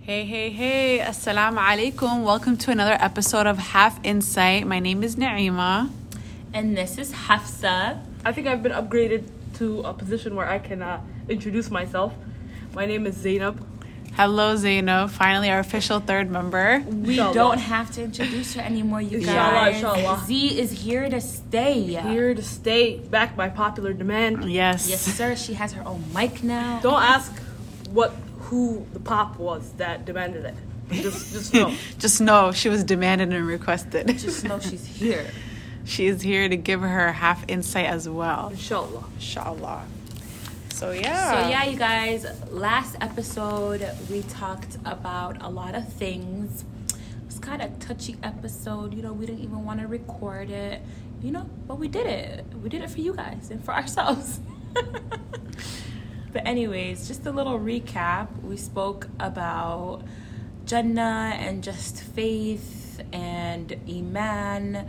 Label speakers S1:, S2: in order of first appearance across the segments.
S1: Hey, hey, hey, Assalamu alaikum. Welcome to another episode of Half Insight. My name is Naima.
S2: And this is Hafsa.
S3: I think I've been upgraded to a position where I can uh, introduce myself. My name is Zainab.
S1: Hello, Zainab, finally our official third member.
S2: We
S3: Inshallah.
S2: don't have to introduce her anymore, you guys.
S3: Inshallah, inshallah.
S2: Z is here to stay.
S3: Here to stay, backed by popular demand.
S1: Yes.
S2: Yes, sir. She has her own mic now.
S3: Don't ask what who the pop was that demanded it. Just, just know.
S1: Just know she was demanded and requested.
S2: just know she's here.
S1: she is here to give her half insight as well.
S3: Inshallah.
S1: Inshallah. So,
S2: So
S1: yeah.
S2: yeah, you guys. Last episode we talked about a lot of things. It was kind of touchy episode. You know, we didn't even want to record it. You know, but we did it. We did it for you guys and for ourselves. but anyways, just a little recap. We spoke about Jannah and just faith and iman.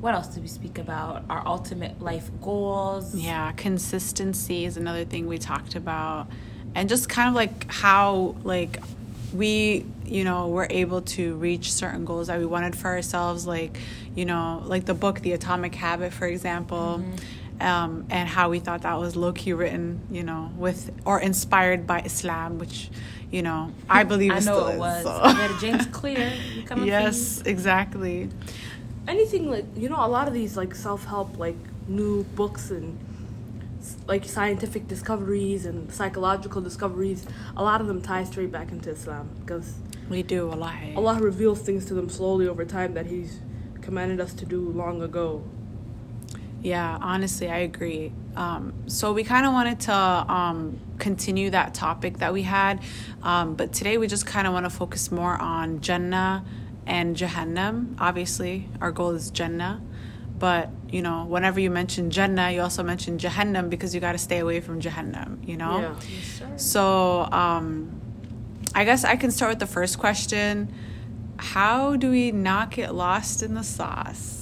S2: What else did we speak about? Our ultimate life goals.
S1: Yeah, consistency is another thing we talked about. And just kind of like how like we, you know, were able to reach certain goals that we wanted for ourselves, like, you know, like the book The Atomic Habit, for example.
S2: Mm-hmm.
S1: Um, and how we thought that was low key written, you know, with or inspired by Islam, which, you know, I believe
S2: I
S1: it
S2: know
S1: still
S2: it
S1: is,
S2: was.
S1: so.
S2: Better James Clear. You coming for
S1: yes, exactly.
S3: Anything like you know, a lot of these like self-help like new books and s- like scientific discoveries and psychological discoveries. A lot of them tie straight back into Islam because
S1: We do, wallahi.
S3: Allah reveals things to them slowly over time that He's commanded us to do long ago.
S1: Yeah, honestly, I agree. Um, so we kind of wanted to um, continue that topic that we had, um, but today we just kind of want to focus more on Jannah and Jahannam. Obviously, our goal is Jannah, but you know, whenever you mention Jannah, you also mention Jahannam because you got to stay away from Jahannam. You know.
S3: Yeah.
S2: you? Yes, sir.
S1: So um, I guess I can start with the first question: How do we not get lost in the sauce?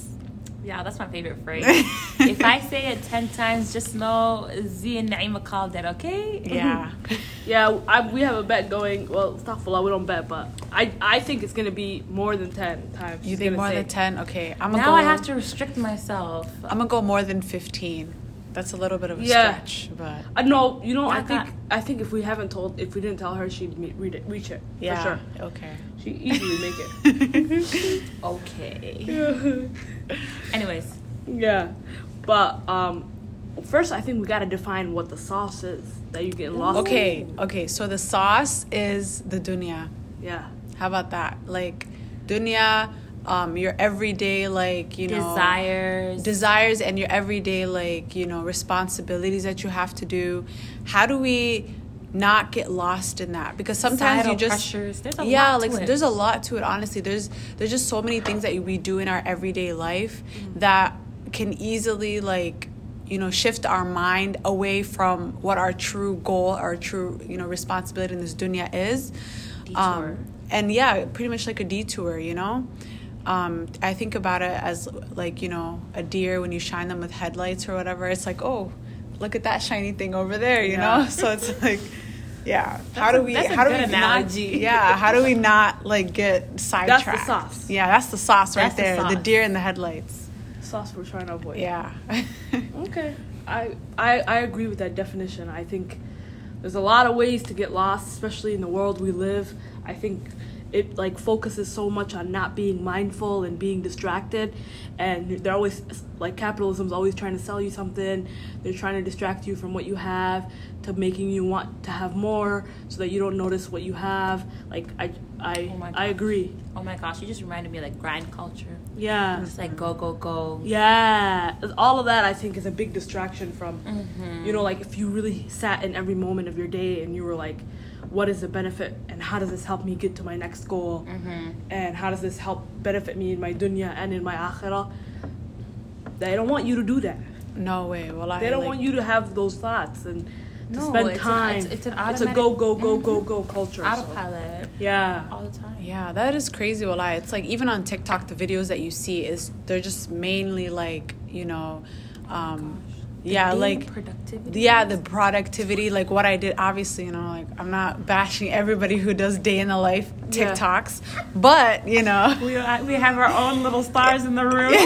S2: Yeah, that's my favorite phrase. if I say it 10 times, just know Z and Naima called it, okay?
S1: Yeah.
S3: Yeah, I, we have a bet going. Well, Astaghfirullah, we don't bet, but I I think it's gonna be more than ten times.
S1: You
S3: She's
S1: think
S3: gonna
S1: more
S3: say.
S1: than ten? Okay, I'm gonna
S2: Now
S1: go.
S2: I have to restrict myself.
S1: I'm gonna go more than fifteen. That's a little bit of a
S3: Yeah.
S1: stretch, but
S3: Uh, no, you know, I
S2: Not
S3: think
S2: that.
S3: I think if we haven't told, if we didn't tell her, she'd me- read it, reach it
S1: yeah,
S3: for sure.
S1: okay.
S3: She easily make it.
S2: Okay. Anyways,
S3: yeah, but um, first I think we gotta define what the sauce is that you get lost. in.
S1: Okay, okay. So the sauce is the dunya.
S3: Yeah.
S1: How about that? Like dunya, um, your everyday like you know
S2: desires.
S1: desires and your everyday like you know responsibilities that you have to do. How do we not get lost in that? Because sometimes
S2: societal
S1: you just
S2: pressures. There's a
S1: yeah,
S2: lot
S1: like
S2: to it.
S1: there's a lot to it. Honestly, there's there's just so many things that we do in our everyday life
S2: Mm-hmm.
S1: that can easily like you know shift our mind away from what our true goal, our true you know responsibility in this dunya is. Um,
S2: Detour.
S1: and yeah, pretty much like a detour, you know. Um, I think about it as like you know a deer when you shine them with headlights or whatever. It's like oh, look at that shiny thing over there, you know. So it's like. Yeah. how
S2: That's
S1: do
S2: a-
S1: we?
S2: that's a
S1: how do
S2: good
S1: we
S2: analogy.
S1: Not, yeah. How do we not like get sidetracked?
S3: sauce.
S1: Yeah, that's the sauce right
S2: That's the
S1: there. The,
S2: sauce.
S1: deer in the headlights.
S3: Sauce we're trying to avoid.
S1: Yeah.
S3: Okay. I, I I agree with that definition. I think there's a lot of ways to get lost, especially in the world we live. I think it like focuses so much on not being mindful and being distracted and they're always like capitalism's always trying to sell you something. They're trying to distract you from what you have to making you want to have more so that you don't notice what you have. Like I I
S2: Oh my
S3: I
S2: gosh.
S3: agree.
S2: oh my gosh, you just reminded me of like grind culture.
S3: Yeah.
S2: It's like go, go, go.
S3: Yeah, all of that I think is a big distraction from,
S2: Mm-hmm.
S3: you know, like if you really sat in every moment of your day and you were like, what is the benefit and how does this help me get to my next goal
S2: Mm-hmm.
S3: and how does this help benefit me in my dunya and in my akhirah? They don't want you to do that.
S1: no way. Well, I.
S3: They don't
S1: like,
S3: want you to have those thoughts and to
S2: No,
S3: spend
S2: it's an-
S3: time.
S2: it's- it's an
S3: a go
S2: automatic- Mm-hmm.
S3: go go go go culture. so-
S2: Autopilot
S3: Yeah,
S2: all the time.
S1: Yeah, that is crazy. Well, I. It's like even on TikTok, the videos that you see is they're just mainly like you know, um, yeah,
S2: Being
S1: like
S2: productivity.
S1: yeah, the productivity, like what I did. Obviously, you know, like I'm not bashing everybody who does day in the life
S3: Yeah.
S1: TikToks, but you know.
S2: we, are, we have our own little stars in the room.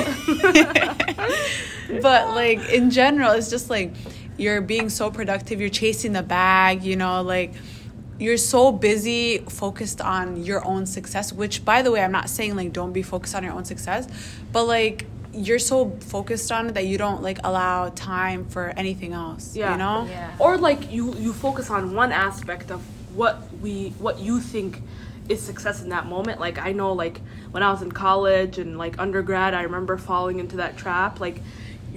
S1: but like in general it's just like you're being so productive you're chasing the bag you know like you're so busy focused on your own success which by the way i'm not saying like don't be focused on your own success but like you're so focused on it that you don't like allow time for anything else
S3: Yeah.
S1: you know
S2: Yeah.
S3: or like you you focus on one aspect of what we what you think is success in that moment like i know like when i was in college and like undergrad i remember falling into that trap like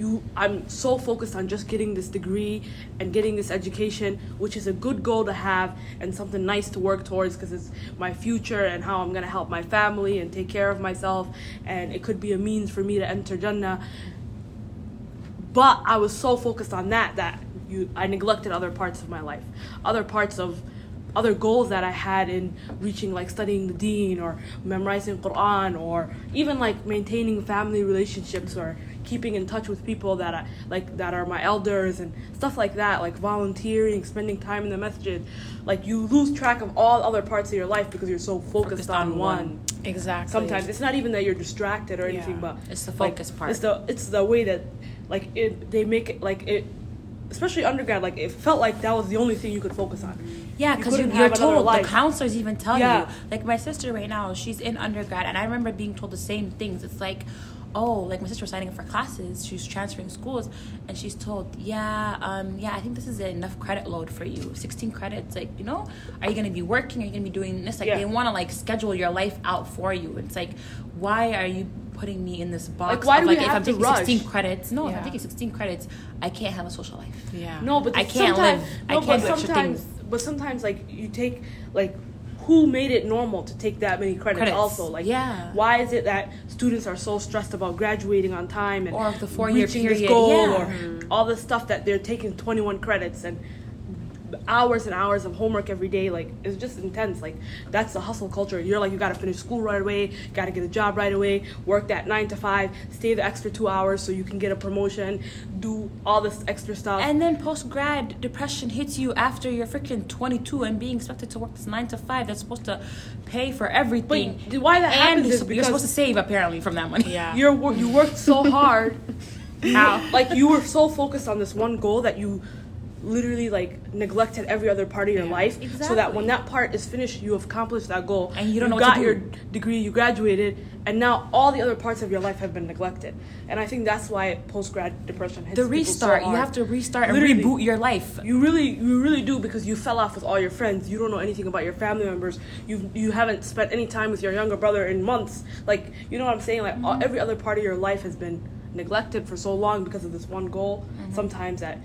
S3: you i'm so focused on just getting this degree and getting this education which is a good goal to have and something nice to work towards because it's my future and how i'm going to help my family and take care of myself and it could be a means for me to enter jannah but I was so focused on that that you I neglected other parts of my life, other parts of other goals that I had in reaching like studying the deen or memorizing Quran or even like maintaining family relationships or keeping in touch with people that I, like that are my elders and stuff like that like volunteering spending time in the masjid like you lose track of all other parts of your life because you're so focused, on, one,
S1: exactly
S3: sometimes it's not even that you're distracted or anything
S1: Yeah.
S3: but
S2: It's the
S3: like,
S2: focus part.
S3: It's the it's the way that like it they make it like it, especially undergrad. Like it felt like that was the only thing you could focus on.
S2: Yeah, because you
S3: couldn't
S2: you, are
S3: have another
S2: told.
S3: life.
S2: The counselors even tell
S3: Yeah.
S2: you. Like my sister right now, she's in undergrad, and I remember being told the same things. It's like, oh, like my sister was signing up for classes. She's transferring schools, and she's told, yeah, um, yeah, I think this is enough credit load for you. Sixteen credits. Like, you know, are you gonna be working? Are you gonna be doing this? Like,
S3: Yeah.
S2: they want to like schedule your life out for you. It's like, why are you? Putting me in this box.
S3: Like, why
S2: of,
S3: do we
S2: like, if
S3: have
S2: I'm
S3: to
S2: taking
S3: rush?
S2: 16 credits, no, if I'm
S1: Yeah.
S2: taking 16 credits, I can't have a social life.
S1: yeah
S3: No, but
S2: I
S3: the-
S2: can't
S3: sometime-
S2: live- I
S3: No,
S2: can't
S3: but
S2: live for
S3: sometimes, but sometimes like you take like. Who made it normal to take that many credits,
S2: Credits,
S3: Also, like,
S2: yeah.
S3: why is it that students are so stressed about graduating on time and
S2: Or the four-year
S3: reaching this
S2: period,
S3: goal,
S2: yeah.
S3: or Mm-hmm. all the stuff that they're taking twenty-one credits and hours and hours of homework every day like it's just intense like that's the hustle culture you're like you gotta finish school right away gotta get a job right away work that nine to five stay the extra two hours so you can get a promotion do all this extra stuff
S2: And then post grad depression hits you after you're freaking 22 and being expected to work this nine to five that's supposed to pay for everything.
S3: But why that
S2: and
S3: happens
S2: you're,
S3: is
S2: sup- you're
S3: because-
S2: supposed to save apparently from that money.
S1: yeah
S3: you're wor- you worked so hard
S1: Ow.
S3: like you were so focused on this one goal that you literally like neglected every other part of your
S1: Yeah.
S3: life so that
S2: Exactly.
S3: when that part is finished you have accomplished that goal
S2: And you don't know what to
S3: got
S2: do.
S3: your degree you graduated and now all the other parts of your life have been neglected and i think that's why post-grad depression hits
S2: The
S3: people so
S2: restart, you
S3: hard.
S2: have to restart and
S3: Literally.
S2: reboot your life.
S3: You really, you really do because you fell off with all your friends. You don't know anything about your family members. You you haven't spent any time with your younger brother in months. Like you know what I'm saying? Like all, every other part of your life has been neglected for so long because of this one goal. Sometimes that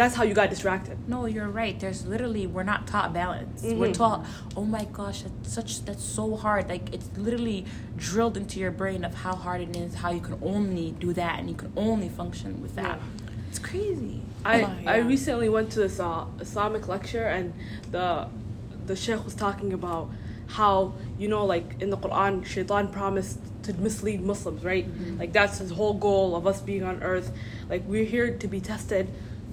S3: that's how you got distracted.
S2: No, you're right. There's literally we're not taught balance.
S3: Mm-hmm.
S2: We're taught, oh my gosh, that's such that's so hard. Like it's literally drilled into your brain of how hard it is, how you can only do that and you can only function with that. It's crazy.
S3: I,
S1: Oh,
S3: I
S1: yeah.
S3: recently went to this uh, Islamic lecture and the the sheikh was talking about how you know like in the Quran shaitan promised to mislead Muslims right like that's his whole goal of us being on earth like we're here to be tested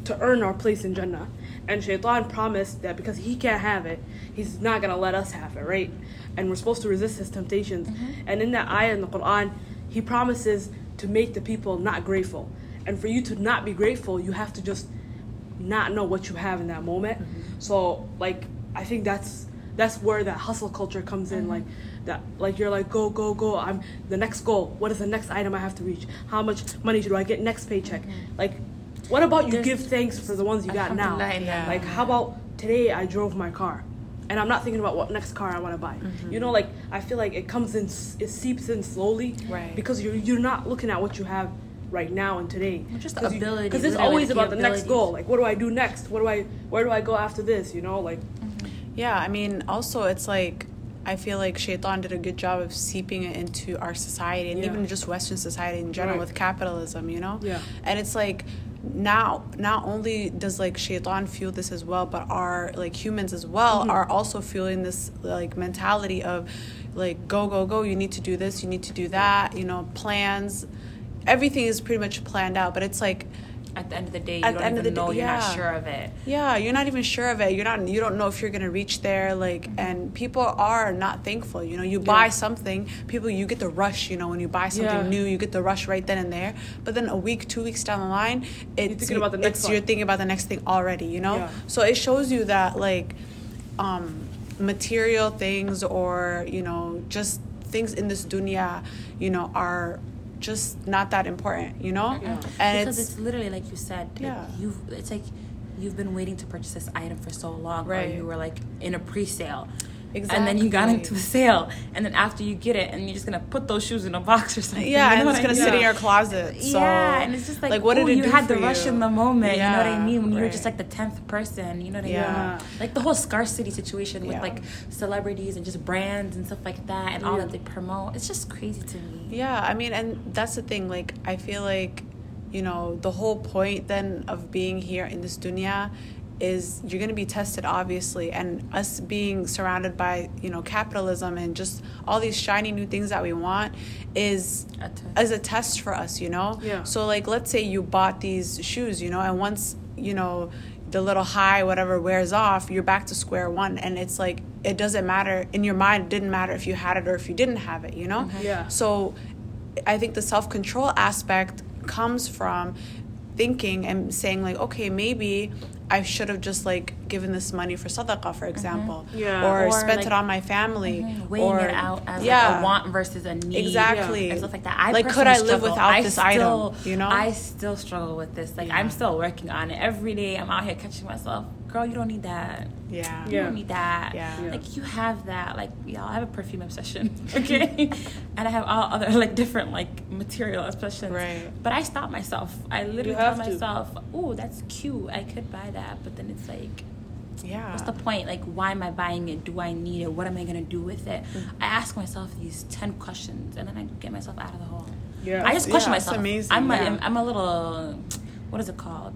S3: to earn our place in Jannah and shaitan promised that because he can't have it he's not gonna let us have it right and we're supposed to resist his temptations and in that ayah in the Quran he promises to make the people not grateful and for you to not be grateful you have to just not know what you have in that moment so like i think that's that's where that hustle culture comes in like that like you're like go go go i'm the next goal what is the next item i have to reach how much money do i get next paycheck like what about you
S2: There's-
S3: give thanks for the ones you got now
S2: Alhamdulillah, yeah.
S3: like how about today i drove my car and i'm not thinking about what next car i want to buy
S2: Mm-hmm.
S3: you know like i feel like it comes in s- it seeps in slowly
S1: Right.
S3: because you're you're not looking at what you have right now and today
S2: Well, just the ability,
S3: because it's
S2: literally,
S3: always
S2: the
S3: about the next
S2: abilities.
S3: goal like what do i do next what do i where do i go after this you know like
S2: Mm-hmm.
S1: Yeah, I mean, also it's like I feel like Shaitan did a good job of seeping it into our society and
S3: Yeah.
S1: even just Western society in general
S3: Right.
S1: with capitalism, you know.
S3: Yeah.
S1: And it's like now, not only does like Shaitan fuel this as well, but our like humans as well
S3: Mm-hmm.
S1: are also fueling this like mentality of like go go go. You need to do this. You need to do that. You know, plans. Everything is pretty much planned out, but it's like
S2: at the end of the day, you
S1: At the
S2: don't
S1: end of
S2: even
S1: the
S2: know.
S1: day,
S2: You're
S1: yeah.
S2: not sure of it.
S1: yeah you're not even sure of it you're not you don't know if you're gonna reach there like and people are not thankful you know you buy something people you get the rush you know when you buy something
S3: Yeah.
S1: new you get the rush right then and there but then a week two weeks down the line it's
S3: thinking about the next
S1: it's-
S3: one.
S1: you're thinking about the next thing already you know
S3: Yeah.
S1: so it shows you that like um material things or you know just things in this dunya you know are just not that important you know and
S2: because it's, literally like you said. Like
S1: Yeah.
S2: You've it's like you've been waiting to purchase this item for so long,
S1: Right.
S2: Or you were like in a pre-sale. And then you got
S1: Exactly.
S2: into the sale, and then after you get it, and you're just gonna put those shoes in a box or something.
S1: Yeah,
S2: you
S1: and
S2: know
S1: it's
S2: what I
S1: gonna
S2: mean?
S1: sit in your closet. So,
S2: yeah, and it's just like,
S1: what did
S2: ooh,
S1: it
S2: you
S1: do
S2: had
S1: for
S2: the rush
S1: you?
S2: in the moment. you know what
S1: Yeah,
S2: I mean? When you were just
S1: right.
S2: like the tenth person, you know what I
S1: Yeah.
S2: mean? Like the whole scarcity situation with
S1: Yeah.
S2: like celebrities and just brands and stuff like that, and all
S3: Yeah.
S2: that they promote. It's just crazy to me.
S1: Yeah, I mean, and that's the thing. Like, I feel like, you know, the whole point then of being here in this dunya is you're going to be tested, obviously. And us being surrounded by, you know, capitalism and just all these shiny new things that we want is
S2: A test.
S1: as a test for us, you know?
S3: Yeah.
S1: So, like, let's say you bought these shoes, you know, and once, you know, the little high, whatever, wears off, you're back to square one. And it's like, it doesn't matter. In your mind, it didn't matter if you had it or if you didn't have it, you know?
S3: Mm-hmm. Yeah.
S1: So I think the self control aspect comes from thinking and saying, like, okay, maybe I should have just like given this money for sadaqah, for example,
S3: Yeah.
S1: or,
S2: Mm-hmm. Or,
S1: spent
S2: like, mm-hmm.
S1: it on my family,
S2: weighing
S1: or
S2: it out as like a want versus a need
S1: Exactly.
S2: and stuff like that. I
S1: Like, could
S2: personally
S1: I live
S2: struggle.
S1: without
S2: I
S1: this
S2: still,
S1: item, you know?
S2: I still struggle with this. Like I'm
S1: Yeah.
S2: still working on it every day. I'm out here catching myself. Girl, you don't need that.
S1: Yeah.
S2: You
S3: Yeah.
S2: don't need that.
S1: Yeah. Yeah.
S2: Like you have that. Like y'all, I have a perfume obsession. Okay. and I have all other like different like material obsessions.
S1: Right.
S2: But I stop myself. I literally tell
S3: have to.
S2: myself, "Oh, that's cute. I could buy that." But then it's like.
S1: Yeah.
S2: What's the point? Like, why am I buying it? Do I need it? What am I gonna do with it?
S1: Mm.
S2: I ask myself these ten questions, and then I get myself out of the hole.
S3: Yeah.
S2: I just question
S1: yeah, it's
S2: myself.
S1: amazing,
S2: I'm
S1: yeah.
S2: a, I'm a little, what is it called?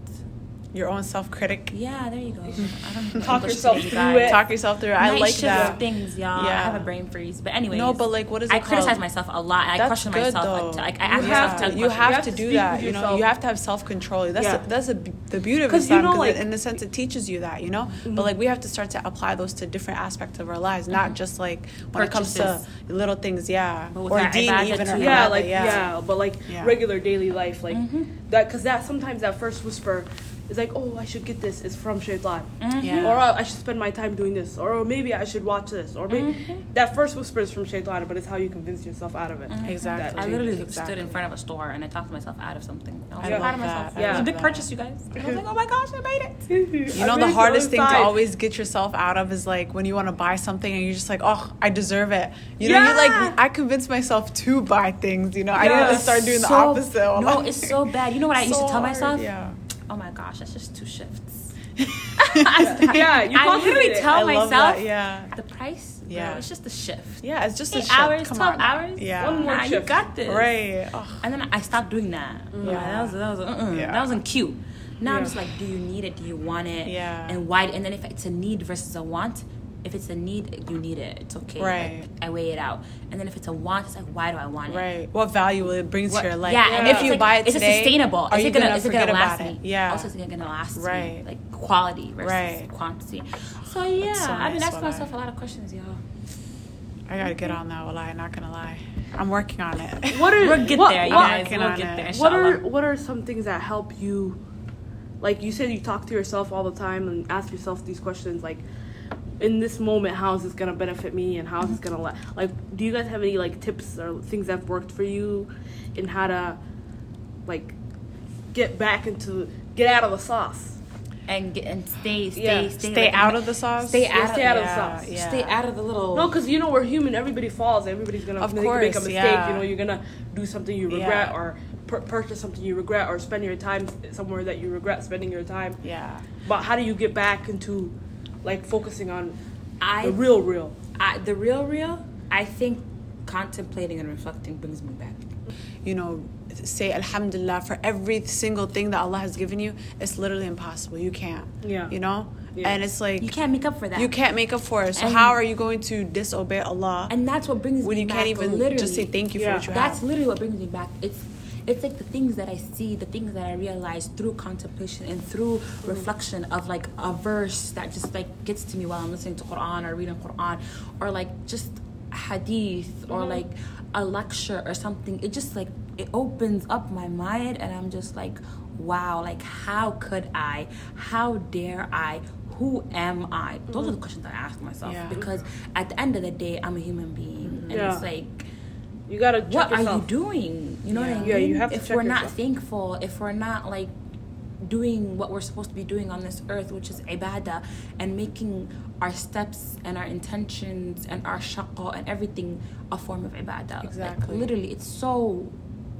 S1: Your own self critic.
S2: Yeah, there you go. I don't know
S3: Talk
S2: English
S3: yourself
S2: today, you
S3: through
S2: guys.
S3: it.
S1: Talk yourself through. it. I
S2: Night
S1: like
S2: shift
S1: that.
S2: things, y'all.
S1: Yeah.
S2: I have a brain freeze, but anyway.
S1: No, but like, what is it
S2: I criticize
S1: called?
S2: myself a lot. I
S1: That's
S2: question
S1: good
S2: myself.
S1: though.
S2: Like, to- like, I ask
S1: you
S2: myself
S1: have
S2: ten
S1: to, you
S2: questions.
S1: have,
S3: You have
S1: to
S3: to
S1: do
S3: speak
S1: that.
S3: with
S1: You know,
S3: yourself.
S1: you have to have self control. That's
S3: Yeah.
S1: the, that's the be- the beauty of
S3: 'Cause you
S1: Islam.
S3: know,
S1: 'cause it-
S3: like-
S1: in a sense, it teaches you that. You know,
S2: Mm-hmm.
S1: but like we have to start to apply those to different aspects of our lives, not just like when it comes
S2: Purchases.
S1: to little things. Yeah,
S2: But with
S1: or
S2: our
S1: deen
S2: ibadah
S1: even. Or
S2: too.
S3: yeah,
S1: ibadah,
S3: like yeah. but like
S1: Yeah.
S3: regular daily life, like
S2: Mm-hmm.
S3: that, because that sometimes that first whisper is like, oh, I should get this. Is from Shaitan,
S2: Mm-hmm.
S1: Yeah.
S3: or oh, I should spend my time doing this, or oh, maybe I should watch this, or maybe
S2: Mm-hmm.
S3: that first whisper is from Shaitan, but it's how you convince yourself out of it.
S1: Exactly.
S2: I literally
S1: Exactly.
S2: stood in front of a store and I talked myself out of something. I was
S1: I
S2: so proud
S1: love that.
S2: of myself.
S1: I
S2: It was a
S1: love
S2: big
S1: that.
S2: purchase, you guys. And I was like, oh my gosh, I made it.
S1: You know,
S3: I
S1: the
S3: really
S1: hardest thing to
S3: inside.
S1: always get yourself out of is like when you want to buy something and you're just like, oh, I deserve it. You know, you
S3: Yeah.
S1: like, I convinced myself to buy things, you know, I didn't have to
S3: Yes.
S1: start doing the
S2: So-
S1: opposite.
S2: No, it's so bad. You know what I used
S1: So
S2: to tell
S1: hard,
S2: myself?
S1: Yeah.
S2: Oh my gosh, that's just two shifts.
S3: Yeah, you
S2: I literally
S3: calculated it.
S2: tell
S1: I
S2: myself
S1: love that. Yeah.
S2: the price. Yeah,
S1: Yeah.
S2: it's just a shift.
S1: Yeah, it's just a
S2: Eight
S1: shift.
S2: hours,
S1: Come
S2: twelve
S1: on.
S2: hours.
S1: Yeah.
S3: One more
S2: nah, you
S3: shift.
S2: got this.
S1: Right. Ugh.
S2: And then I stopped doing that. Yeah, Mm. that was that was uh-uh.
S1: Yeah.
S2: that wasn't cute. Now I'm
S3: Yeah.
S2: just like, do you need it? Do you want it?
S1: Yeah.
S2: And why? And then if it's a need versus a want, if it's a need, you need it. It's okay.
S1: Right.
S2: Like, I weigh it out. And then if it's a want, it's like, why do I want it?
S1: Right. What value will it bring to
S2: What-
S1: your life?
S2: Yeah, and
S1: if
S2: it's
S1: you
S2: like,
S1: buy it
S2: is
S1: today,
S2: it sustainable?
S1: are
S2: is
S1: you
S2: it gonna,
S1: gonna
S2: is it gonna
S1: forget
S2: last
S1: about
S2: me?
S1: it? Yeah.
S2: Also, is it gonna last me?
S1: Right.
S2: Like quality versus
S1: Right.
S2: quantity. So yeah,
S1: so
S2: I've been
S1: nice,
S2: asking
S1: Wada.
S2: myself a lot of questions, y'all.
S1: I gotta get on that. Well, I'm not gonna lie. I'm working on it.
S3: What are
S2: We'll get
S3: what-
S2: there, you
S3: what-
S2: guys.
S1: Working
S2: We'll
S1: on
S2: get
S1: it.
S2: there.
S3: What are
S2: inshallah.
S3: what are some things that help you? Like you said, you talk to yourself all the time and ask yourself these questions. Like, in this moment, how is this gonna benefit me, and how is this gonna la- like? Do you guys have any like tips or things that've worked for you, in how to, like, get back into get out of the sauce?
S2: and get, and stay stay
S3: Yeah.
S2: stay
S1: Stay
S2: like,
S1: out of the sauce.
S2: stay
S3: Yeah,
S2: out of
S3: stay out of the
S1: yeah,
S3: sauce.
S1: Yeah.
S2: stay out of the little
S3: No, because you know we're human. Everybody falls. Everybody's gonna
S1: Of
S3: make, make
S1: course,
S3: a mistake.
S1: yeah.
S3: You know, you're gonna do something you regret,
S1: Yeah.
S3: or pur- purchase something you regret, or spend your time somewhere that you regret spending your time.
S1: Yeah.
S3: But how do you get back into like focusing on
S2: I
S3: the real, real?
S2: I, the real real. I think contemplating and reflecting brings me back.
S1: you know say alhamdulillah for every single thing that allah has given you it's literally impossible you can't
S3: Yeah.
S1: you know
S3: Yeah.
S1: and it's like
S2: You can't make up for that.
S1: you can't make up for it so
S2: And-
S1: how are you going to disobey allah
S2: and that's what brings
S1: when
S2: me
S1: you
S2: back.
S1: can't even
S2: literally.
S1: just say thank you
S3: Yeah.
S1: for what you
S2: That's
S1: have
S2: literally what brings me back. It's it's like the things that I see, the things that I realize through contemplation and through
S1: Mm-hmm.
S2: reflection of like a verse that just like gets to me while I'm listening to Quran or reading Quran or like just hadith
S1: Mm-hmm.
S2: or like a lecture or something. It just like it opens up my mind and I'm just like, wow, like how could I? How dare I? Who am I? Those are the questions I ask myself
S1: Mm-hmm. Yeah.
S2: because at the end of the day, I'm a human being and
S3: Yeah.
S2: it's like
S3: You gotta check
S2: what are
S3: yourself.
S2: you doing? You know what I
S1: Yeah.
S2: mean?
S3: Yeah, you have to
S2: if
S3: check
S2: we're not
S3: yourself.
S2: thankful, if we're not like doing what we're supposed to be doing on this earth, which is ibadah, and making our steps and our intentions and our shaqqa and everything a form of ibadah. Like,
S1: Exactly.
S2: literally, it's so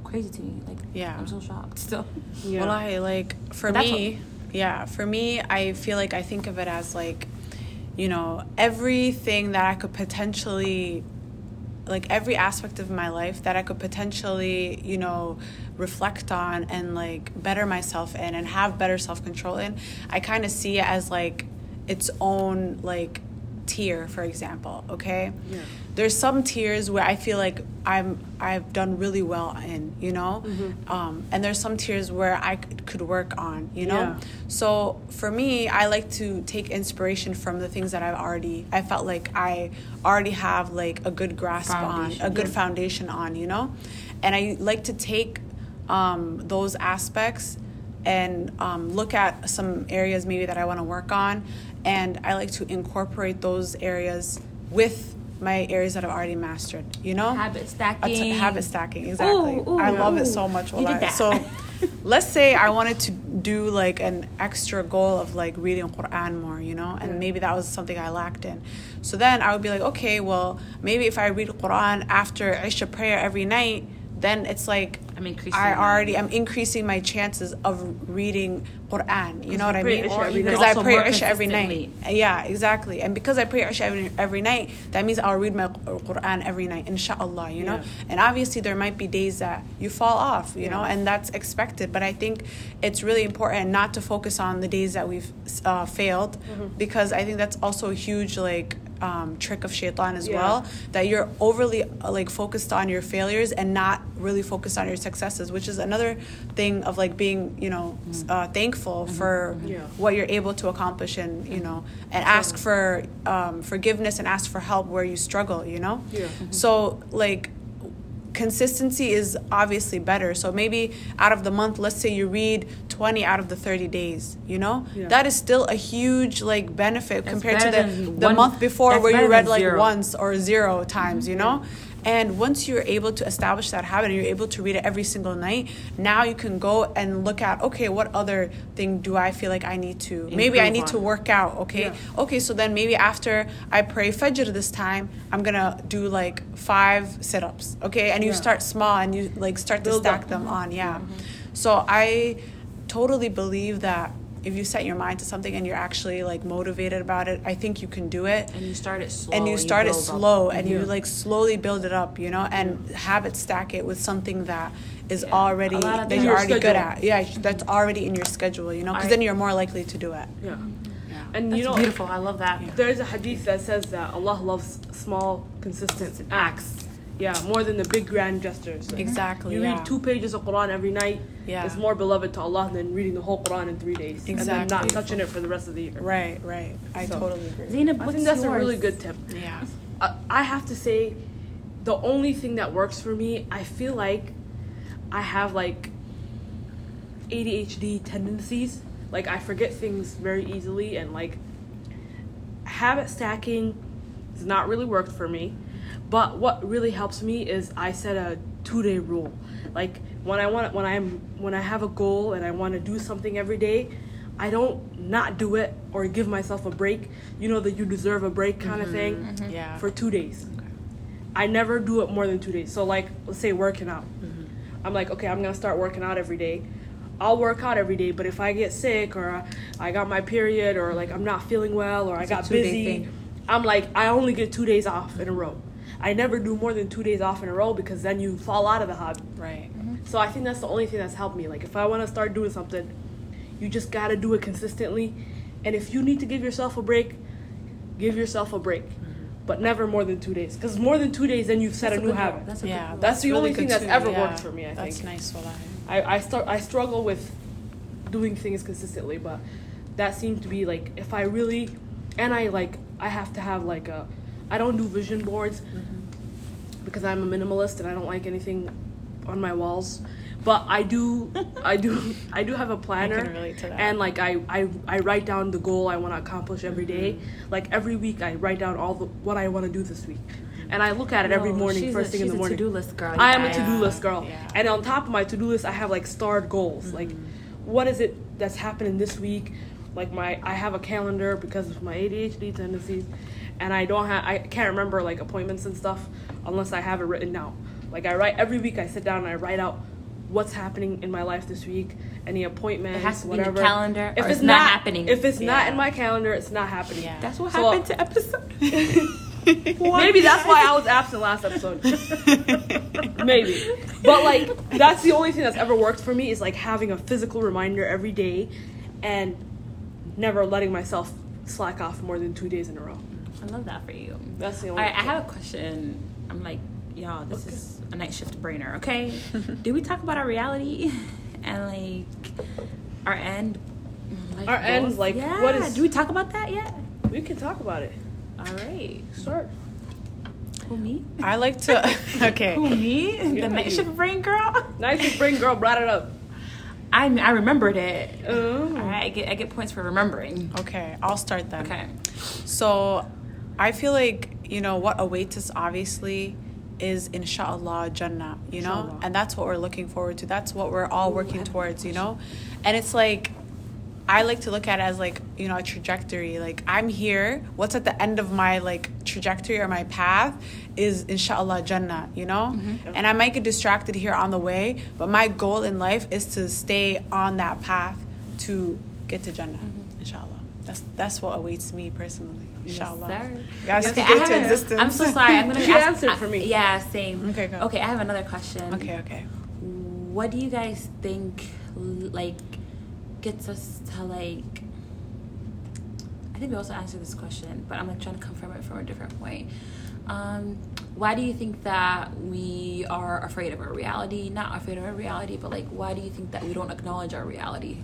S2: crazy to me. Like,
S1: Yeah.
S2: I'm so shocked still.
S3: Yeah.
S1: Well, I like for
S2: That's
S1: me, yeah, for me, I feel like I think of it as like, you know, everything that I could potentially, like every aspect of my life that I could potentially, you know, reflect on and like better myself in and have better self control in, I kind of see it as like its own like tier, for example, okay?
S3: Yeah.
S1: There's some tiers where I feel like I'm I've done really well in, you know, um, and there's some tiers where I c- could work on, you know.
S3: Yeah.
S1: So for me, I like to take inspiration from the things that I've already I felt like I already have like a good grasp
S2: Foundation,
S1: on, a good
S2: yeah.
S1: foundation on, you know, and I like to take um, those aspects and um, look at some areas maybe that I want to work on, and I like to incorporate those areas with my areas that I've already mastered, you know.
S2: Habit
S1: A t-
S2: stacking.
S1: habit stacking, exactly.
S2: Ooh, ooh,
S1: I love it
S2: ooh.
S1: so much.
S2: You did
S1: wallah.
S2: that.
S1: So let's say I wanted to do like an extra goal of like reading Quran more, you know, and maybe that was something I lacked in. So then I would be like, okay, well, maybe if I read Quran after Isha prayer every night, then it's like
S2: I'm increasing
S1: I
S2: my-
S1: already am increasing my chances of reading Quran. You know what I
S3: pray
S1: mean?
S3: Isha every
S1: Because
S3: night.
S1: I
S2: Also
S1: pray
S2: more
S1: Isha every night.
S2: consistently.
S1: Yeah, exactly. And because I pray Isha every, every night, that means I'll read my Quran every night, inshallah, you know?
S3: Yeah.
S1: And obviously, there might be days that you fall off, you know,
S3: Yeah.
S1: and that's expected. But I think it's really important not to focus on the days that we've uh, failed
S3: Mm-hmm.
S1: because I think that's also a huge, like, um, trick of shaitan as
S3: Yeah.
S1: well that you're overly uh, like focused on your failures and not really focused on your successes which is another thing of like being you know s-
S2: Mm-hmm.
S1: uh, thankful for
S3: Yeah.
S1: what you're able to accomplish and
S2: Mm-hmm.
S1: you know and ask for um, forgiveness and ask for help where you struggle you know
S3: Yeah.
S2: Mm-hmm.
S1: so like consistency is obviously better so maybe out of the month let's say you read 20 out of the 30 days you know
S3: Yeah.
S1: that is still a huge like benefit
S2: That's
S1: compared to
S2: better
S1: the,
S2: than
S1: the
S2: one-
S1: month before
S2: that's
S1: where you
S2: better
S1: read
S2: than
S1: like
S2: zero.
S1: once or zero times you know and once you're able to establish that habit and you're able to read it every single night now you can go and look at okay what other thing do i feel like i need to maybe i
S2: Improve
S1: need
S2: on.
S1: to work out okay okay so then maybe after i pray fajr this time i'm gonna do like five sit-ups okay and you
S3: Yeah.
S1: start small and you like start to
S3: Build
S1: stack
S3: up. Mm-hmm.
S1: them on yeah so i totally believe that if you set your mind to something and you're actually like motivated about it i think you can do it
S2: And you start it slow.
S1: and you start it
S2: build up.
S1: slow and you
S3: Yeah.
S1: like slowly build it up you know and habit stack it with something that is
S2: Yeah.
S1: already
S2: A lot of
S1: that
S2: things-
S1: you're
S3: Your
S1: already good
S3: schedule.
S1: at yeah that's already in your schedule you know because
S2: I-
S1: then you're more likely to do it
S3: yeah.
S1: yeah
S3: And
S2: That's
S3: you know,
S2: beautiful. I love that.
S3: there is a hadith that says that Allah loves small, consistent acts. Yeah, more than the big grand gestures.
S2: Mm-hmm.
S3: Like,
S1: exactly
S3: You
S1: yeah.
S3: read two pages of Quran every night.
S1: Yeah.
S3: It's more beloved to Allah than reading the whole Quran in three days and then not
S1: Exactly.
S3: touching it for the rest of the year.
S1: right right i
S3: So-
S1: totally agree
S2: Zainab,
S3: I
S2: what's
S3: think that's
S2: yours?
S3: a really good tip.
S1: yeah
S3: uh, I have to say, the only thing that works for me, I feel like I have like ADHD tendencies. Like I forget things very easily, and like habit stacking has not really worked for me. But what really helps me is I set a two-day rule. Like when I want, when I'm, when I have a goal and I want to do something every day, I don't not do it or give myself a break. You know that you deserve a break kind of thing
S1: yeah
S3: for two days. I never do it more than two days. So like, let's say working out.
S2: Mm-hmm.
S3: I'm like, okay, I'm gonna start working out every day. I'll work out every day, but if I get sick or I got my period or like I'm not feeling well or I got
S2: two-day
S3: busy,
S2: thing.
S3: I'm like, I only get two days off in a row. I never do more than two days off in a row because then you fall out of the hobby.
S1: right
S3: So I think that's the only thing that's helped me. Like if I want to start doing something, you just gotta do it consistently. And if you need to give yourself a break, give yourself a break. but never more than two days. Because more than two days, then you've set
S2: Mm-hmm. That's
S3: a new
S2: good
S3: habit.
S2: rule. That's a good
S1: yeah,
S2: rule.
S3: That's the
S1: really
S3: only
S1: good
S3: thing that's
S1: too,
S3: ever
S1: yeah.
S3: worked for me, I
S1: That's
S3: think.
S1: nice, Wallahi.
S3: I I start I struggle with doing things consistently, but that seemed to be like if I really and I like I have to have like a I don't do vision boards
S2: Mm-hmm.
S3: because I'm a minimalist and I don't like anything on my walls. But I do I do I do have a planner
S1: relate to that.
S3: and like I, I I write down the goal I want to accomplish every day.
S2: Mm-hmm.
S3: Like every week I write down all the what I want to do this week. And I look at it every
S2: No,
S3: morning
S2: she's
S3: first
S2: a,
S3: thing in
S2: she's
S3: the morning.
S2: a to-do list girl.
S3: I am a
S2: guys.
S3: to do list girl.
S1: yeah.
S3: And on top of my to do list, I have like starred goals. Like,
S2: Mm-hmm.
S3: what is it that's happening this week? Like my, I have a calendar because of my ADHD tendencies, and I don't have, I can't remember like appointments and stuff unless I have it written down. Like I write every week, I sit down and I write out what's happening in my life this week, any appointments,
S2: It has to be in your
S3: whatever.
S2: calendar
S3: If
S2: or
S3: it's,
S2: it's not happening.
S3: if it's not
S1: Yeah.
S3: in my calendar, it's not happening.
S1: Yeah.
S2: That's what
S3: So-
S2: happened to episode.
S3: Maybe that's why I was absent last episode. Maybe. But like that's the only thing that's ever worked for me is like having a physical reminder every day and never letting myself slack off more than two days in a row.
S2: I love that for you.
S3: That's the
S2: All
S3: only
S2: right, I have a question. I'm like, y'all, this is a night shift brainer, okay? Do we talk about our reality and like our end? life
S3: Our end,
S2: goals?
S3: like,
S2: yeah.
S3: what is-
S2: Do we talk about that yet?
S3: we can talk about it.
S2: All right.
S3: Start.
S2: Who me?
S1: I like to. Okay.
S2: Who me?
S3: Yeah,
S2: the night
S3: you.
S2: shift brain girl.
S3: Nice to bring girl brought it up.
S2: I I remembered it.
S3: Oh.
S2: All right, I get I get points for remembering.
S1: Okay, I'll start then.
S2: Okay.
S1: So I feel like, you know, what awaits us obviously is inshallah Jannah, you know?
S3: Inshallah.
S1: And that's what we're looking forward to. That's what we're all working towards, you know? And it's like, I like to look at it as like, you know, a trajectory. Like, I'm here. What's at the end of my like trajectory or my path is inshallah Jannah, you know?
S2: Mm-hmm.
S1: And I might get distracted here on the way, but my goal in life is to stay on that path to get to Jannah,
S2: Mm-hmm.
S1: inshallah. That's that's what awaits me personally. Inshallah.
S2: sir.
S1: You gotta
S2: Okay,
S1: speak
S2: I
S1: it
S2: have
S1: to
S2: a-
S1: existence.
S2: I'm so sorry. I'm gonna
S3: She
S2: ask,
S3: answered for me.
S2: yeah, same.
S1: Okay, go.
S2: Okay, I have another question.
S1: Okay, okay.
S2: what do you guys think like gets us to like i think we also answered this question but i'm like trying to confirm it from a different point um, why do you think that we are afraid of our reality not afraid of our reality but like why do you think that we don't acknowledge our reality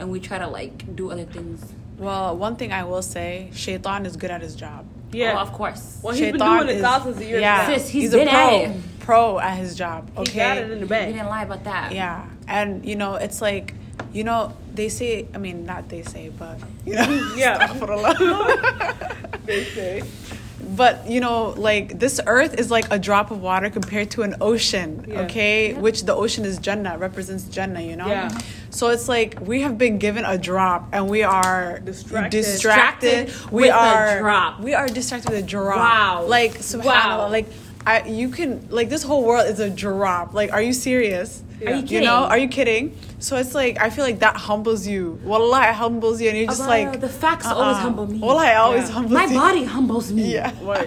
S2: and we try to like do other things
S1: Well, one thing I will say, Shaitan is good at his job.
S3: Yeah.
S2: oh, of course
S3: Well, he's been
S1: Shaitan
S3: doing it
S1: is-
S3: thousands of years.
S1: Yeah,
S3: now.
S2: Sis, he's
S1: a
S2: been
S1: pro,
S2: at it.
S1: pro at his job. Okay,
S3: He got it in the
S2: we
S3: bag.
S2: didn't lie about that
S1: Yeah, and you know, it's like, you know, they say. I mean, not they say, but you know,
S3: Yeah. they say.
S1: but you know, like this earth is like a drop of water compared to an ocean.
S3: Yeah.
S1: Okay, which the ocean is Jannah, represents Jannah. You know.
S3: Yeah.
S1: So it's like we have been given a drop, and we are
S3: Distracted.
S1: distracted.
S2: Distracted
S1: we
S2: with a
S1: are
S2: drop.
S1: We are distracted with a drop.
S2: Wow.
S1: Like subhanallah.
S2: Wow.
S1: Like I, you can like this whole world is a drop. Like, are you serious?
S2: Are you
S1: You know,
S2: kidding?
S1: are you kidding? So it's like I feel like that humbles you. Wallah, it humbles you, and you're just
S2: Abara,
S1: like
S2: the facts always humble me.
S1: Wallah, it always
S3: Yeah.
S1: humbles
S2: my
S1: you.
S2: body humbles me
S1: Yeah.
S3: What?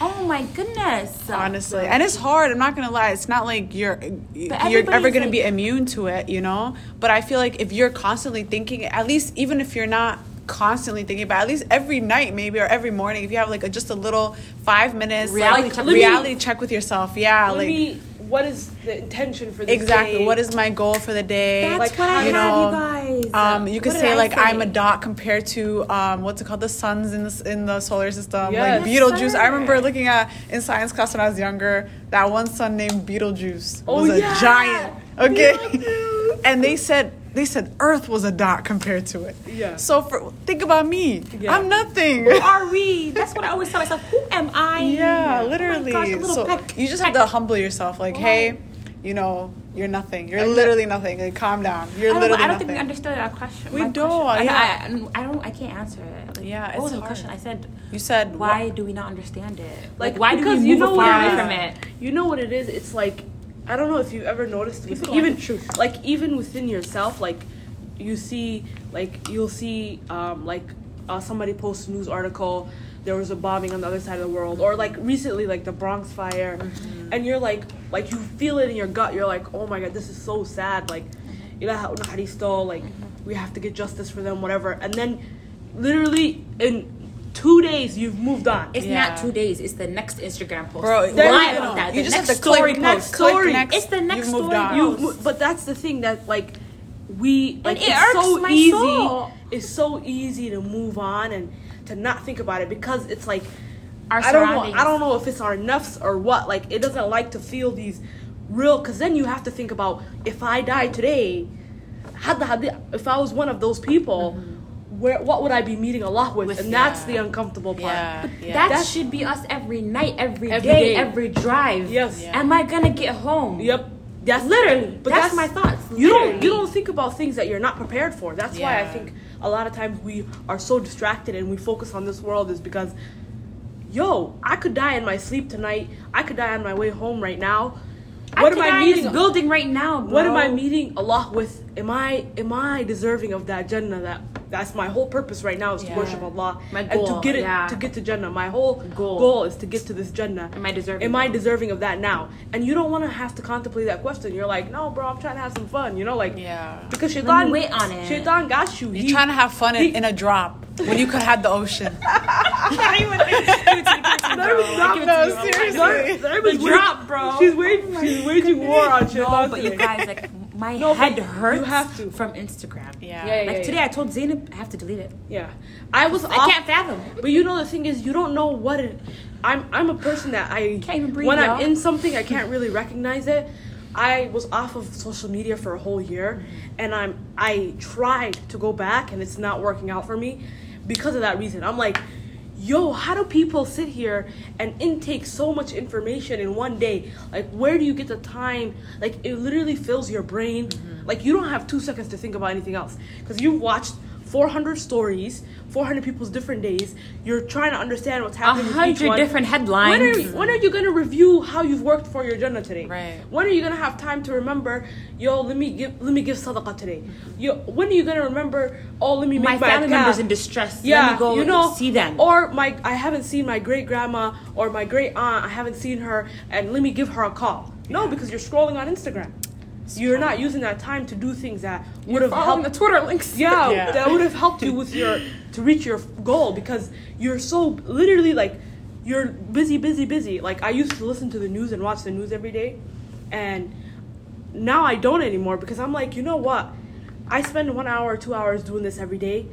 S2: oh my goodness
S1: honestly and it's hard i'm not gonna lie it's not like you're you're ever
S2: everybody's
S1: gonna be
S2: like-
S1: immune to it you know but i feel like if you're constantly thinking at least even if you're not constantly thinking about it, at least every night maybe or every morning if you have like a, just a little five minutes
S2: Reality
S1: like,
S2: check.
S1: reality check with yourself yeah
S3: Let
S1: like
S3: me, what is the intention for this
S1: exactly
S3: day?
S1: what is my goal for the day
S2: That's
S3: Like,
S2: what I
S1: you
S2: have, you
S1: know,
S2: guys.
S1: um, you could
S2: What
S1: say
S2: did I
S1: like I'm a dot compared to um, what's it called, the suns in the s- in the solar system,
S3: Yes.
S1: like
S2: Yes,
S1: Beetlejuice. I
S2: sir.
S1: remember looking at in science class when I was younger that one sun named Beetlejuice
S3: Oh,
S1: was a
S3: yeah.
S1: giant. Okay,
S3: Beetlejuice.
S1: and they said they said Earth was a dot compared to it.
S3: Yeah.
S1: So for, think about me,
S3: Yeah.
S1: I'm nothing.
S2: Who are we? That's what I always tell myself. Who am I?
S1: Yeah,
S2: Oh my
S1: literally.
S2: gosh, a little
S1: so
S2: peck.
S1: you just have to humble yourself. Like,
S2: Why?
S1: hey, you know, you're nothing. You're literally nothing. Like, calm down. You're
S2: I don't, know,
S1: literally
S2: I don't
S1: nothing.
S2: think we understood our question.
S1: We
S2: my
S1: don't,
S2: question.
S1: yeah.
S2: I, I, I don't. I can't answer it. Like,
S1: Yeah,
S2: What
S1: it's
S2: was the
S1: hard.
S2: question? I said.
S1: you said
S2: Why
S1: why?
S2: do we not understand it? Like,
S3: Like,
S2: why do we
S3: because
S2: move
S3: you know
S2: far
S3: what it
S2: away
S3: is.
S2: from it?
S3: You know what it is? It's like I don't know if you've ever noticed with
S2: People like
S3: even
S2: the truth.
S3: like even within yourself, like you see like you'll see um like uh, somebody posts a news article there was a bombing on the other side of the world or like recently like the Bronx fire
S2: Mm-hmm.
S3: and you're like like you feel it in your gut you're like oh my god this is so sad like ilaha illa Haristo, like we have to get justice for them whatever and then literally in two days, you've moved on.
S2: It's
S1: Yeah.
S2: not two days. It's the next Instagram post.
S1: Bro,
S3: There
S2: Why
S3: you
S2: about
S3: go.
S2: that?
S1: You
S2: The
S1: just have
S2: next
S1: to click
S2: story.
S1: post,
S3: next
S1: click
S3: story.
S1: next.
S2: It's the next
S1: You've moved
S2: story.
S1: on.
S2: You-
S3: You've mo- but that's the thing that like we like
S2: it
S3: it's
S2: irks
S3: so
S2: my
S3: easy.
S2: soul.
S3: It's so easy to move on and to not think about it because it's like
S2: Our
S3: I don't know.
S2: surroundings.
S3: I don't know if it's our nuffs or what. Like it doesn't like to feel these real. Because then you have to think about if I die today, had the- had the- if I was one of those people.
S2: Mm-hmm.
S3: Where, what would I be meeting Allah with?
S1: With-
S3: and that's
S1: yeah.
S3: the uncomfortable part.
S1: Yeah, yeah.
S2: That
S3: That's-
S2: should be us every night,
S3: Every
S2: every day,
S3: day.
S2: every drive.
S3: Yes.
S1: Yeah.
S2: Am I gonna get home?
S3: Yep. That's
S2: Literally,
S3: But
S2: that's,
S3: that's-
S2: my thoughts.
S3: you don't
S2: literally.
S3: you don't think about things that you're not prepared for that's why i
S1: Yeah.
S3: think a lot of times we are so distracted and we focus on this world is because yo i could die in my sleep tonight i could die on my way home right now what
S2: I
S3: am
S2: could die
S3: i
S2: in this
S3: meeting
S2: building right now? Bro.
S3: what am i meeting allah with am i am i deserving of that jannah that that's my whole purpose right now is to
S1: Yeah.
S3: worship allah
S2: My
S3: and
S2: goal,
S3: to get it
S2: yeah.
S3: to get to jannah my whole
S2: Goal.
S3: goal. is to get to this jannah
S2: Am I deserving?
S3: am I deserving of that now? And you don't want to have to contemplate that question. You're like, no, bro, I'm trying to have some fun. You know, like,
S1: Yeah.
S3: because
S2: me
S3: shaitan,
S2: wait on it.
S3: shaitan got you.
S1: You're
S3: He-
S1: trying to have fun
S3: he-
S1: in, in a drop when you could have the ocean.
S3: There is not-
S1: No,
S3: there-
S1: seriously.
S3: there is
S2: The
S3: wage-
S2: drop, bro.
S3: She's waging, she's waging war on
S2: No,
S3: shaitan.
S2: but you
S3: today.
S2: guys, like my
S3: No, but
S2: head
S3: you
S2: hurts
S3: have to.
S2: from Instagram.
S1: Yeah.
S3: Yeah, yeah.
S2: Like today, I told Zainab I have to delete it.
S3: yeah, I was.
S2: I can't fathom.
S3: But you know the thing is, you don't know what it. I'm I'm a person that I
S2: Can't even breathe,
S3: when I'm
S2: y'all.
S3: in something I can't really recognize it. I was off of social media for a whole year, and I'm I tried to go back, and it's not working out for me because of that reason. I'm like, yo, how do people sit here and intake so much information in one day? Like, where do you get the time? Like, it literally fills your brain.
S2: Mm-hmm.
S3: Like, you don't have two seconds to think about anything else because you've watched 400 stories, 400 people's different days. You're trying to understand what's
S2: A
S3: happening. with each
S2: hundred
S3: one.
S2: different headlines.
S3: When are, when are you going to review how you've worked for your jannah today?
S1: Right.
S3: When are you going to have time to remember, yo, let me give let me give sadaqah today? Yo, when are you going to remember, oh, let me make
S2: my family
S3: adkar?
S2: members in distress.
S3: Yeah,
S2: Let me go
S3: you know,
S2: see them.
S3: Or my I haven't seen my great grandma or my great aunt. I haven't seen her, and let me give her a call. No, because you're scrolling on Instagram. You're not using that time to do things that would have
S2: Follow
S3: helped
S2: the Twitter links.
S3: yeah,
S1: Yeah.
S3: that would have helped you with your to reach your goal because you're so literally like you're busy, busy, busy. Like I used to listen to the news and watch the news every day, and now I don't anymore because I'm like, you know what? I spend one hour, two hours doing this every day.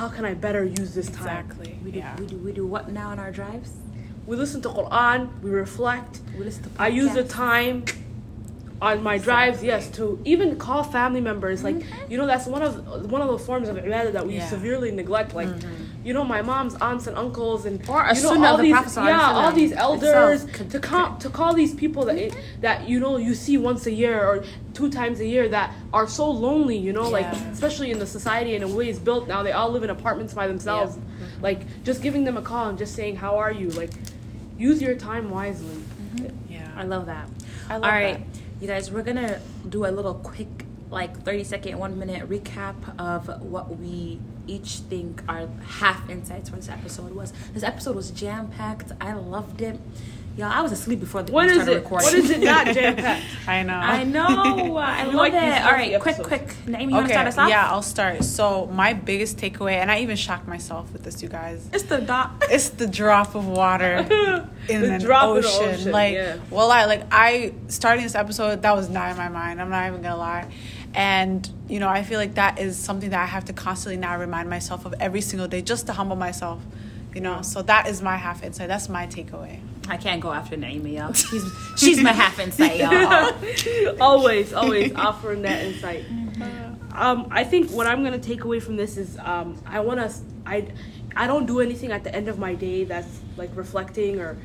S3: How can I better use this time?
S1: Exactly.
S2: We do,
S1: Yeah.
S2: we do we do what now in our drives?
S3: We listen to Quran. We reflect.
S2: We listen to
S3: I use the
S2: podcasts.
S3: time on my drives, yes, to even call family members. Like you know, that's one of one of the forms of ibadah that we
S1: Mm-hmm. Yeah. Mm-hmm.
S3: severely neglect. Like you know, my mom's aunts and uncles and
S2: Or a
S3: you know,
S2: sunnah of
S3: all
S2: the
S3: these
S2: Prophet sallallahu
S3: yeah,
S2: alaihi
S3: all
S2: wasallam
S3: these
S2: itself
S3: elders
S2: could-
S3: to call to call these people that
S1: Mm-hmm.
S3: that you know you see once a year or two times a year that are so lonely. You know, like
S1: Yeah.
S3: especially in the society and the way it's built now, they all live in apartments by themselves.
S1: Mm-hmm.
S3: Like just giving them a call and just saying, "How are you?" Like use your time wisely.
S1: Mm-hmm.
S2: I
S1: Yeah.
S2: love that.
S1: I love
S2: All right, you guys, we're gonna do a little quick, like thirty second, one minute recap of what we each think our half insights for this episode was. This episode was jam packed. I loved it, y'all. I was asleep before the
S3: What
S2: we
S3: is
S2: started
S3: it?
S2: recording.
S3: What is it not jam packed?
S1: I know.
S2: I know. I
S3: We
S2: love
S3: like
S2: it.
S3: these
S2: All right,
S3: healthy
S2: quick,
S3: episodes.
S2: quick. Naomi, you wanna start us off?
S1: yeah, I'll start. So my biggest takeaway, and I even shocked myself with this, you guys.
S2: It's the dot.
S1: It's the drop of water in
S3: The
S1: an
S3: drop in the
S1: ocean.
S3: ocean,
S1: Like,
S3: yeah.
S1: well, I like I starting this episode that was not in my mind. I'm not even gonna lie, and you know I feel like that is something that I have to constantly now remind myself of every single day, just to humble myself. You know, so that is my half insight. That's my takeaway.
S2: I can't go after Naomi, y'all. She's she's my half insight, y'all.
S3: always, always offering that insight. Um, I think what I'm gonna take away from this is um, I want to I I don't do anything at the end of my day that's like reflecting or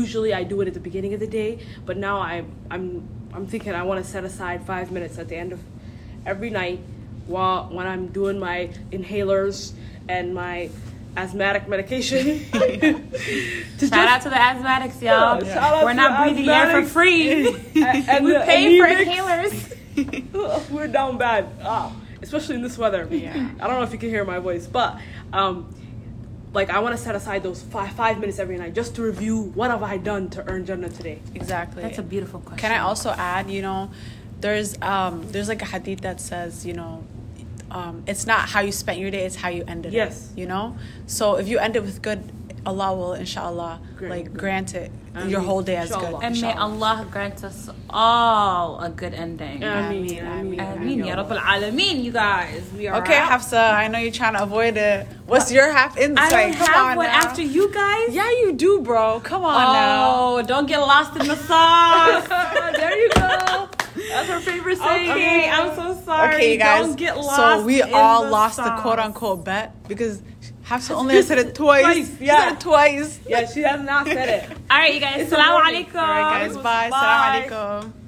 S3: usually I do it at the beginning of the day, but now I I'm I'm thinking I want to set aside five minutes at the end of every night while when I'm doing my inhalers and my asthmatic medication. to
S2: Shout out to the asthmatics, y'all.
S3: Yeah, shout out
S2: We're
S3: to
S2: not
S3: the
S2: breathing the air for
S3: asthmatics.
S2: free.
S3: and, and
S2: we
S3: the
S2: pay for
S3: anemics.
S2: inhalers.
S3: We're down bad, ah, especially in this weather.
S1: Yeah.
S3: I don't know if you can hear my voice, but um, like I want to set aside those five five minutes every night just to review what have I done to earn Jannah today.
S1: Exactly.
S2: That's a beautiful question.
S1: Can I also add, you know, there's um there's like a hadith that says, you know, um, it's not how you spent your day; it's how you ended
S3: Yes.
S1: it. You know. So if you end it with good, Allah will, inshallah,
S3: Great.
S1: like grant it
S3: Ameen.
S1: your whole day as good.
S3: Inshallah.
S2: And may
S1: inshallah.
S2: Allah grant us all a good ending.
S3: Yeah. Ameen,
S1: Ameen,
S3: ameen,
S1: ameen,
S2: Ameen,
S1: ameen.
S2: Ya Rabbal Alameen, you guys. We are
S1: Okay,
S2: out.
S1: Hafsa, I know you're trying to avoid it. What's your half
S2: I
S1: insight?
S2: don't
S1: Come
S2: have
S1: on
S2: one
S1: now.
S2: after you guys.
S1: Yeah, you do, bro. Come on now.
S2: Oh, don't get lost in the sauce. there you go.
S3: That's her favorite saying.
S2: Okay, I'm so sorry.
S1: Okay, you guys.
S2: Don't get lost.
S1: so we
S2: in
S1: all
S2: the
S1: lost
S2: sauce.
S1: the quote unquote bet because Hafsa only said it twice.
S3: Twice,
S1: She
S3: yeah.
S1: said it twice.
S3: Yeah, she has not said it.
S2: All right, you guys. Salaam alaikum.
S1: All right, guys. Bye. Salam alaikum.